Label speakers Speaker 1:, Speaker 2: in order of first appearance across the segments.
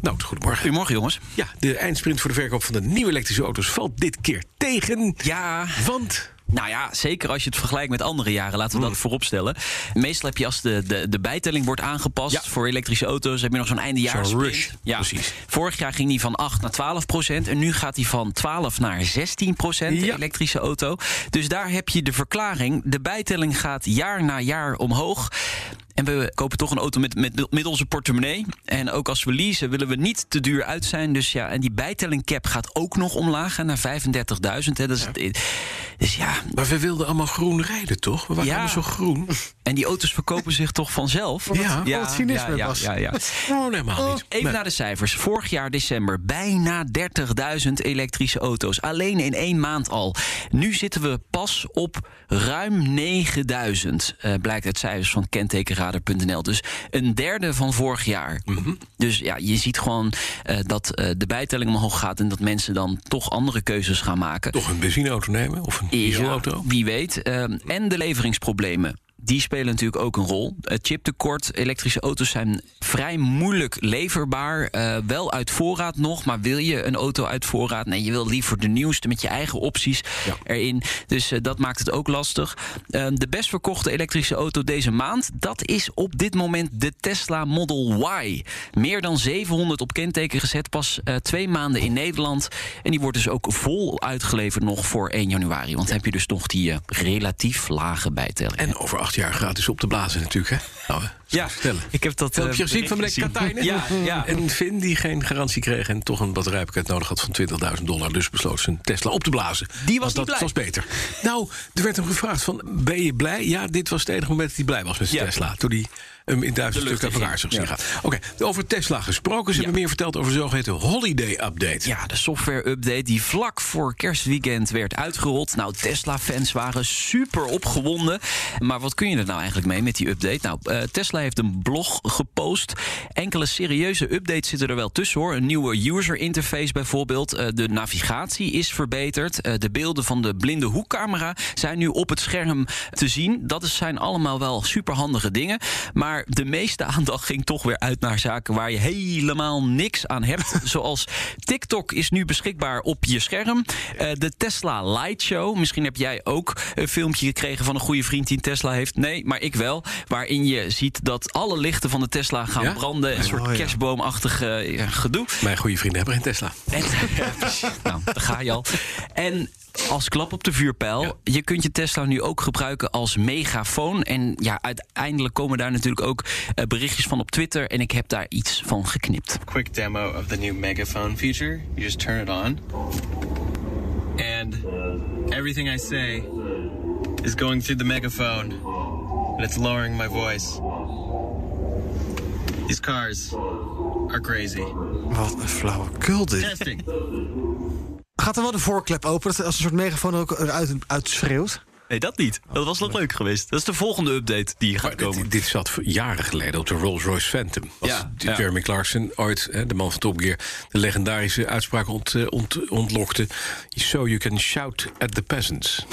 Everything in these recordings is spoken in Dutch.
Speaker 1: Nout, goedemorgen.
Speaker 2: Goedemorgen, jongens.
Speaker 1: Ja, de eindsprint voor de verkoop van de nieuwe elektrische auto's valt dit keer tegen.
Speaker 2: Ja.
Speaker 1: Want
Speaker 2: Nou ja, zeker als je het vergelijkt met andere jaren, laten we dat vooropstellen. Meestal heb je als de, de, de bijtelling wordt aangepast
Speaker 1: Ja.
Speaker 2: voor elektrische auto's, heb je nog zo'n eindejaars.
Speaker 1: Zo'n rush, precies.
Speaker 2: Vorig jaar ging die van 8 naar 12 procent en nu gaat die van 12 naar 16 procent, de
Speaker 1: Ja.
Speaker 2: elektrische auto. Dus daar heb je de verklaring. De bijtelling gaat jaar na jaar omhoog. En we kopen toch een auto met, met, met onze portemonnee. En ook als we leasen willen we niet te duur uit zijn. Dus ja, en die bijtelling cap gaat ook nog omlaag hè, naar 35.000. hè. Dat is het- Dus ja,
Speaker 1: maar we wilden allemaal groen rijden, toch? We waren
Speaker 2: Ja.
Speaker 1: allemaal zo groen.
Speaker 2: En die auto's verkopen zich toch vanzelf?
Speaker 1: Ja. Oh,
Speaker 3: Oh, wat cynisme,
Speaker 2: ja,
Speaker 3: Bas.
Speaker 2: ja, ja.
Speaker 1: Gewoon Nou, helemaal niet.
Speaker 2: Even naar de cijfers. Vorig jaar december bijna 30.000 elektrische auto's. Alleen in één maand al. Nu zitten we pas op ruim 9.000. eh, blijkt uit cijfers van kentekenradar.nl. Dus een derde van vorig jaar. Dus ja, je ziet gewoon eh, dat eh, de bijtelling omhoog gaat... en dat mensen dan toch andere keuzes gaan maken.
Speaker 1: Toch een benzineauto nemen of een dieselauto.
Speaker 2: Ja, wie weet. Ehm, en de leveringsproblemen. Die spelen natuurlijk ook een rol. Het chiptekort, elektrische auto's zijn vrij moeilijk leverbaar. Eh, wel uit voorraad nog, maar wil je een auto uit voorraad? Nee, je wil liever de nieuwste met je eigen opties erin. Dus eh, dat maakt het ook lastig. Ehm, de best verkochte elektrische auto deze maand, dat is op dit moment de Tesla Model Y. Meer dan 700 op kenteken gezet, pas eh, twee maanden in Nederland. En die wordt dus ook vol uitgeleverd nog voor 1 januari. Want dan heb je dus nog die eh, relatief lage bijtelling.
Speaker 1: En over acht jaar gratis op te blazen natuurlijk, hè? Nou, hè, zal ik vertellen.
Speaker 2: ik heb dat
Speaker 1: Filmpje gezien van meneer Katainen.
Speaker 2: Eh, Ja, ja.
Speaker 1: En Finn die geen garantie kreeg en toch een batterijpakket nodig had van 20.000 dollar. Dus besloot zijn Tesla op te blazen.
Speaker 2: Die was
Speaker 1: Want
Speaker 2: niet
Speaker 1: dat
Speaker 2: blij.
Speaker 1: was beter. Nou, er werd hem gevraagd van, ben je blij? Ja, dit was het enige moment dat hij blij was met zijn
Speaker 2: Ja.
Speaker 1: Tesla. Toen hij hem in duizend
Speaker 2: De lucht
Speaker 1: stukken uit elkaar zag
Speaker 2: in.
Speaker 1: zien gaan. Oké, over Tesla gesproken. Ze hebben meer verteld over de zogeheten holiday-update.
Speaker 2: Ja, de software-update die vlak voor kerstweekend werd uitgerold. Nou, Tesla-fans waren super opgewonden. Maar wat kun je er nou eigenlijk mee met die update? Nou, eh, Tesla heeft een blog gepost. Enkele serieuze updates zitten er wel tussen, hoor. Een nieuwe user-interface bijvoorbeeld. Eh, de navigatie is verbeterd. Eh, de beelden van de blinde hoekcamera zijn nu op het scherm te zien. Dat is- zijn allemaal wel superhandige dingen. Maar de meeste aandacht ging toch weer uit naar zaken waar je helemaal niks aan hebt. Zoals TikTok is nu beschikbaar op je scherm. Eh, de Tesla Light Show. Misschien heb jij ook een filmpje gekregen van een goede vriend die een Tesla heeft. Nee, maar ik wel. Waarin je ziet dat alle lichten van de Tesla gaan
Speaker 1: Ja?
Speaker 2: branden. Een soort
Speaker 3: Oh, ja.
Speaker 2: kerstboomachtig eh, gedoe.
Speaker 1: Mijn goede vrienden hebben geen Tesla.
Speaker 2: En, ja, precies. nou, daar ga je al. En als klap op de vuurpijl,
Speaker 1: Ja.
Speaker 2: je kunt je Tesla nu ook gebruiken als megafoon. En ja, uiteindelijk komen daar natuurlijk ook eh, berichtjes van op Twitter. En ik heb daar iets van geknipt.
Speaker 4: quick demo of the new megaphone feature. You just turn it on, and everything I say is going through the megaphone, and it's lowering my voice. These cars are crazy.
Speaker 3: Wat een flauwekul dit.
Speaker 4: Testing.
Speaker 3: Gaat er wel de voorklep open, dat als een soort megafoon er ook eruit uitschreeuwt?
Speaker 2: Nee, dat niet. Dat was nog leuk geweest. Dat is de volgende update die gaat
Speaker 1: Maar dit-
Speaker 2: komen.
Speaker 1: Dit, zat voor- jaren geleden op de Rolls-Royce Phantom. Was
Speaker 2: Ja,
Speaker 1: de-
Speaker 2: ja.
Speaker 1: Jeremy Clarkson ooit, hè, de man van Top Gear... de legendarische uitspraak ont, eh, ont- ontlokte. So you can shout at the peasants.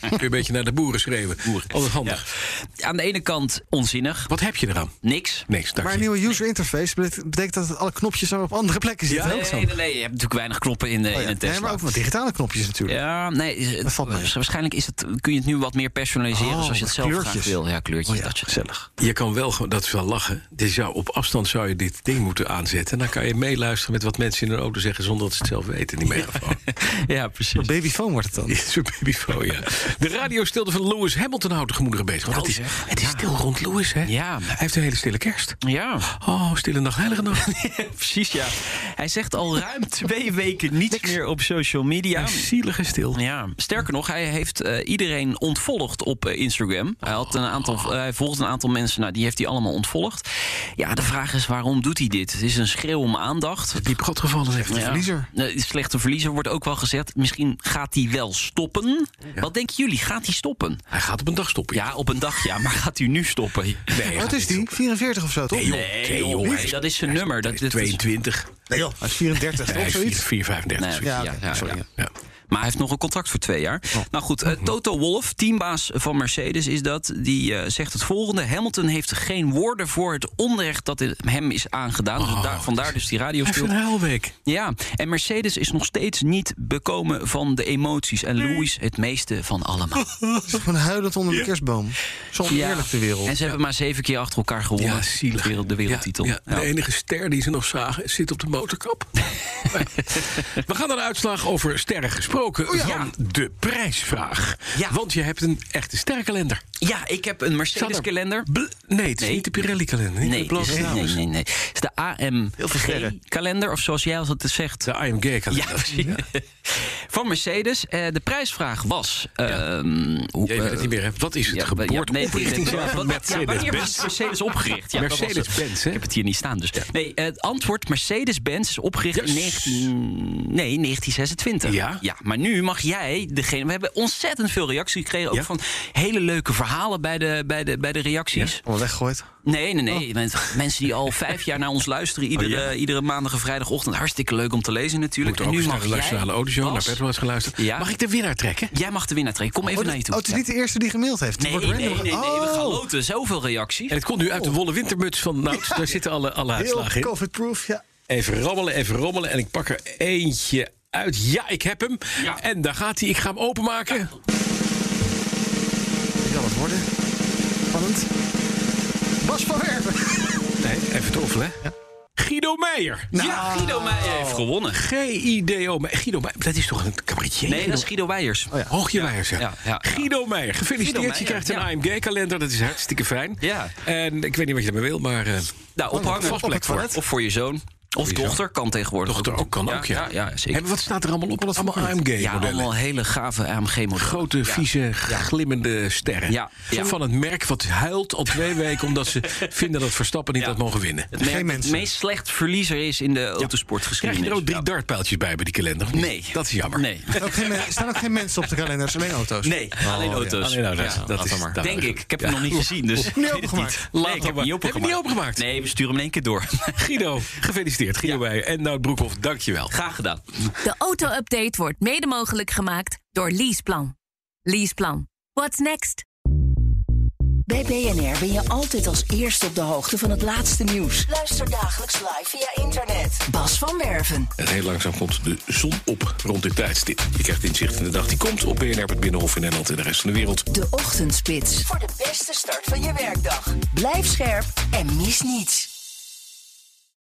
Speaker 1: Kun je een beetje naar de boeren schreeuwen. Altijd handig.
Speaker 2: Aan de ene kant onzinnig,
Speaker 1: Wat heb je eraan?
Speaker 2: niks.
Speaker 1: Niks, dank
Speaker 3: Maar een
Speaker 1: je.
Speaker 3: nieuwe user interface betekent- betekent dat alle knopjes zo op andere plekken zitten.
Speaker 2: Nee,
Speaker 3: ook zo. Oh
Speaker 2: nee, nee, je hebt natuurlijk weinig knoppen in, de, in een Tesla.
Speaker 3: Nee, maar ook met digitale knopjes natuurlijk.
Speaker 2: Ja, nee,
Speaker 3: Dat valt mee.
Speaker 2: waarschijnlijk is het, kun je het nu wat meer personaliseren
Speaker 3: Oh,
Speaker 2: zoals je
Speaker 3: met
Speaker 2: het zelf graag
Speaker 3: kleurtjes.
Speaker 2: wil. Ja, kleurtjes,
Speaker 3: Oh ja.
Speaker 2: dat is gezellig.
Speaker 1: Je kan wel, gewoon- dat is wel lachen. Dus zou, op afstand zou je dit ding moeten aanzetten. En dan kan je meeluisteren met wat mensen in hun auto zeggen... zonder dat ze het zelf weten, die megafoon.
Speaker 2: Ja, precies.
Speaker 3: Babyfoon wordt het dan.
Speaker 1: Super babyfoon, ja. De radiostilte van Lewis Hamilton houdt de gemoederen bezig. Want
Speaker 2: Nou,
Speaker 1: het, is,
Speaker 2: zeg.
Speaker 1: het is stil rond Lewis, hè?
Speaker 2: Ja.
Speaker 1: Hij heeft een hele stille kerst.
Speaker 2: Ja,
Speaker 1: Oh, stille nacht, heilige nacht.
Speaker 2: precies ja. Hij zegt al ruim twee weken niets meer op social media.
Speaker 1: Zielige stil.
Speaker 2: Ja, sterker nog, hij heeft eh, iedereen ontvolgd op eh, Instagram. Hij, had een aantal, eh, hij volgt een aantal mensen, nou, die heeft hij allemaal ontvolgd. Ja, de vraag is waarom doet hij dit? Het is een schreeuw om aandacht.
Speaker 1: Diep gat gevallen, zegt hij.
Speaker 2: Ja.
Speaker 3: verliezer.
Speaker 2: Eh, Slechte verliezer wordt ook wel gezegd. Misschien gaat hij wel stoppen. Wat denken jullie? Gaat hij stoppen?
Speaker 1: Hij gaat op een dag stoppen.
Speaker 2: Ja, op een dag ja, maar gaat hij nu stoppen? Nee,
Speaker 1: Nee,
Speaker 3: Wat is die? 44 of zo, toch?
Speaker 1: joh.
Speaker 2: Nee, joh,
Speaker 1: joh,
Speaker 2: nee,
Speaker 1: hij is-
Speaker 2: dat is zijn
Speaker 1: hij
Speaker 2: nummer. Dat,
Speaker 1: hij is
Speaker 2: dat is-
Speaker 1: 22.
Speaker 3: Nee, joh. Hij is 34,
Speaker 1: Nee,
Speaker 3: toch?
Speaker 1: hij is
Speaker 3: Zoiets?
Speaker 1: 4, 35.
Speaker 2: Nee,
Speaker 3: Ja,
Speaker 2: ja,
Speaker 3: oké,
Speaker 2: ja,
Speaker 3: sorry,
Speaker 2: ja.
Speaker 1: Ja.
Speaker 2: Maar hij heeft nog een contract voor twee jaar.
Speaker 1: Oh.
Speaker 2: Nou goed, eh,
Speaker 1: Mhm.
Speaker 2: Toto Wolff, teambaas van Mercedes is dat. Die eh, zegt het volgende. Hamilton heeft geen woorden voor het onrecht dat hem is aangedaan.
Speaker 1: Oh,
Speaker 2: dus daar, vandaar dus die
Speaker 1: Hij heeft
Speaker 2: radiostil.
Speaker 1: een huilweek.
Speaker 2: Ja, en Mercedes is nog steeds niet bekomen van de emoties. En Louis het meeste van allemaal.
Speaker 1: Oh,
Speaker 3: Van huilend onder de kerstboom. Zo oneerlijk de wereld.
Speaker 2: En ze hebben maar zeven keer achter elkaar gewonnen.
Speaker 1: Ja, zielig.
Speaker 2: De, wereld- de wereldtitel. Nou.
Speaker 1: Ja, ja.
Speaker 2: Ja.
Speaker 1: De enige ster die ze nog zagen zit op de motorkap. We gaan naar de uitslag over sterren gesproken van de prijsvraag.
Speaker 2: Ja.
Speaker 1: Want je hebt een echte sterrenkalender.
Speaker 2: Ja, ik heb een
Speaker 1: Staat er-
Speaker 2: Mercedes-kalender.
Speaker 1: Bl- nee, het is
Speaker 2: Nee.
Speaker 1: niet de Pirelli-kalender. niet
Speaker 2: Nee,
Speaker 1: de
Speaker 2: het is,
Speaker 1: Blanche
Speaker 2: nee,
Speaker 1: Dames.
Speaker 2: nee, nee. Het is de AMG-kalender, of zoals jij altijd zegt.
Speaker 1: De
Speaker 2: Ja,
Speaker 1: IMG-kalender.
Speaker 2: precies. Van Mercedes. Eh, de prijsvraag was... ehm, hoe,
Speaker 1: Jij weet het
Speaker 2: eh,
Speaker 1: niet meer. hè? Wat is het
Speaker 2: ja,
Speaker 1: geboorte
Speaker 2: ja, nee,
Speaker 1: oprichting
Speaker 2: ja,
Speaker 1: van
Speaker 2: wat- ja, wanneer was
Speaker 1: Mercedes-Benz?
Speaker 2: Mercedes opgericht? Ja, dat was het.
Speaker 1: Mercedes-Benz, hè?
Speaker 2: Ik heb het hier niet staan. Dus. Nee, eh, het antwoord Mercedes-Benz is opgericht in
Speaker 1: Yes.
Speaker 2: 19, nee, 1926.
Speaker 1: Ja?
Speaker 2: maar nu mag jij degene... We hebben ontzettend veel reacties gekregen. Ook
Speaker 1: Ja.
Speaker 2: van hele leuke verhalen bij de, bij de, bij de reacties.
Speaker 3: Allemaal weggegooid.
Speaker 2: Nee, nee,
Speaker 1: Oh.
Speaker 2: nee. Men- Mensen die al vijf jaar naar ons luisteren. Iedere, iedere maandag en vrijdagochtend. Hartstikke leuk om te lezen natuurlijk.
Speaker 1: Moet ook
Speaker 2: En
Speaker 1: eens
Speaker 2: nu
Speaker 1: naar de
Speaker 2: mag jij,
Speaker 1: Nationale Audio naar
Speaker 2: Bas,
Speaker 1: Petrol is geluisterd.
Speaker 2: Ja.
Speaker 1: Mag ik de winnaar trekken?
Speaker 2: jij mag de winnaar trekken. Kom even
Speaker 3: Oh,
Speaker 2: naar je toe.
Speaker 3: het is niet de eerste die gemaild heeft. Die
Speaker 2: Nee, nee,
Speaker 3: wordt
Speaker 2: nee,
Speaker 3: random-
Speaker 2: nee, We
Speaker 3: Oh,
Speaker 2: gaan loten. Zoveel reacties.
Speaker 1: En het komt nu
Speaker 2: Oh.
Speaker 1: uit de wollen wintermuts van Nout. Daar zitten alle, alle uitslagen
Speaker 3: Heel
Speaker 1: in.
Speaker 3: covid-proof, ja.
Speaker 1: Even rommelen, even rommelen. En ik pak er eentje uit. Ja, ik heb hem.
Speaker 2: Ja.
Speaker 1: En daar gaat hij. Ik ga hem openmaken.
Speaker 3: Dit kan het worden. Spannend. Bas van Werven.
Speaker 1: Nee, even troffelen. hè. Guido Meijer.
Speaker 2: Ja, Guido Meijer heeft gewonnen.
Speaker 1: G-I-D-O. Meijer. Guido Meijer. Dat is toch een cabaretier?
Speaker 2: Nee, dat is Guido
Speaker 1: Oh,
Speaker 2: Weijers.
Speaker 3: ja.
Speaker 1: Hoogje Meijer, zeg.
Speaker 2: ja, ja.
Speaker 1: Guido Meijer. Gefeliciteerd.
Speaker 2: Guido
Speaker 1: je
Speaker 2: Meijer,
Speaker 1: krijgt een AMG-kalender. Dat is hartstikke fijn.
Speaker 2: Ja.
Speaker 1: En ik weet niet wat je ermee wil, maar... eh,
Speaker 2: Nou, ophangen.
Speaker 1: Vast plek voor.
Speaker 2: Of voor je zoon. Of dochter kan tegenwoordig.
Speaker 1: Dochter ook kan ook, ja.
Speaker 2: Ja, ja,
Speaker 1: En
Speaker 2: zeker.
Speaker 1: wat staat er allemaal op? Allemaal AMG-modellen.
Speaker 2: Ja, allemaal hele gave AMG-modellen.
Speaker 1: Grote, vieze, glimmende sterren.
Speaker 2: Ja, ja.
Speaker 1: Van het merk wat huilt al twee weken... omdat ze vinden dat Verstappen niet
Speaker 2: Ja.
Speaker 1: had mogen winnen.
Speaker 2: Het merk
Speaker 3: Geen
Speaker 2: dat het
Speaker 3: mensen.
Speaker 2: meest slecht verliezer is in de
Speaker 1: Krijg je
Speaker 2: autosportgeschiedenis.
Speaker 1: er ook drie
Speaker 2: Ja.
Speaker 1: dartpijltjes bij bij die kalender? of niet?
Speaker 2: Nee.
Speaker 1: Dat is jammer.
Speaker 2: Nee.
Speaker 3: Er ook geen men- staan ook geen mensen op de kalenders, alleen auto's. Oh,
Speaker 2: Nee, Oh, alleen auto's.
Speaker 1: Alleen nou, dat, dat is
Speaker 2: Ja,
Speaker 1: dat-
Speaker 2: Denk ik. Ik heb hem nog niet gezien, dus ik weet
Speaker 3: niet
Speaker 2: het
Speaker 3: opengemaakt.
Speaker 2: niet. Nee, ik heb hem niet
Speaker 1: Heb je
Speaker 2: opengemaakt.
Speaker 1: niet opengemaakt?
Speaker 2: Nee, we sturen hem in één keer door.
Speaker 1: Guido, gefeliciteerd. Guido Meijer en Nout Broekhoff, dankjewel.
Speaker 2: Graag gedaan.
Speaker 5: De auto-update wordt mede mogelijk gemaakt door Leaseplan. Leaseplan. What's next?
Speaker 6: Bij BNR ben je altijd als eerste op de hoogte van het laatste nieuws. Luister dagelijks live via internet. Bas van Werven.
Speaker 1: En heel langzaam komt de zon op rond dit tijdstip. Je krijgt inzicht in de dag die komt op BNR, het Binnenhof in Nederland en de rest van de wereld.
Speaker 6: De Ochtendspits. Voor de beste start van je werkdag. Blijf scherp en mis niets.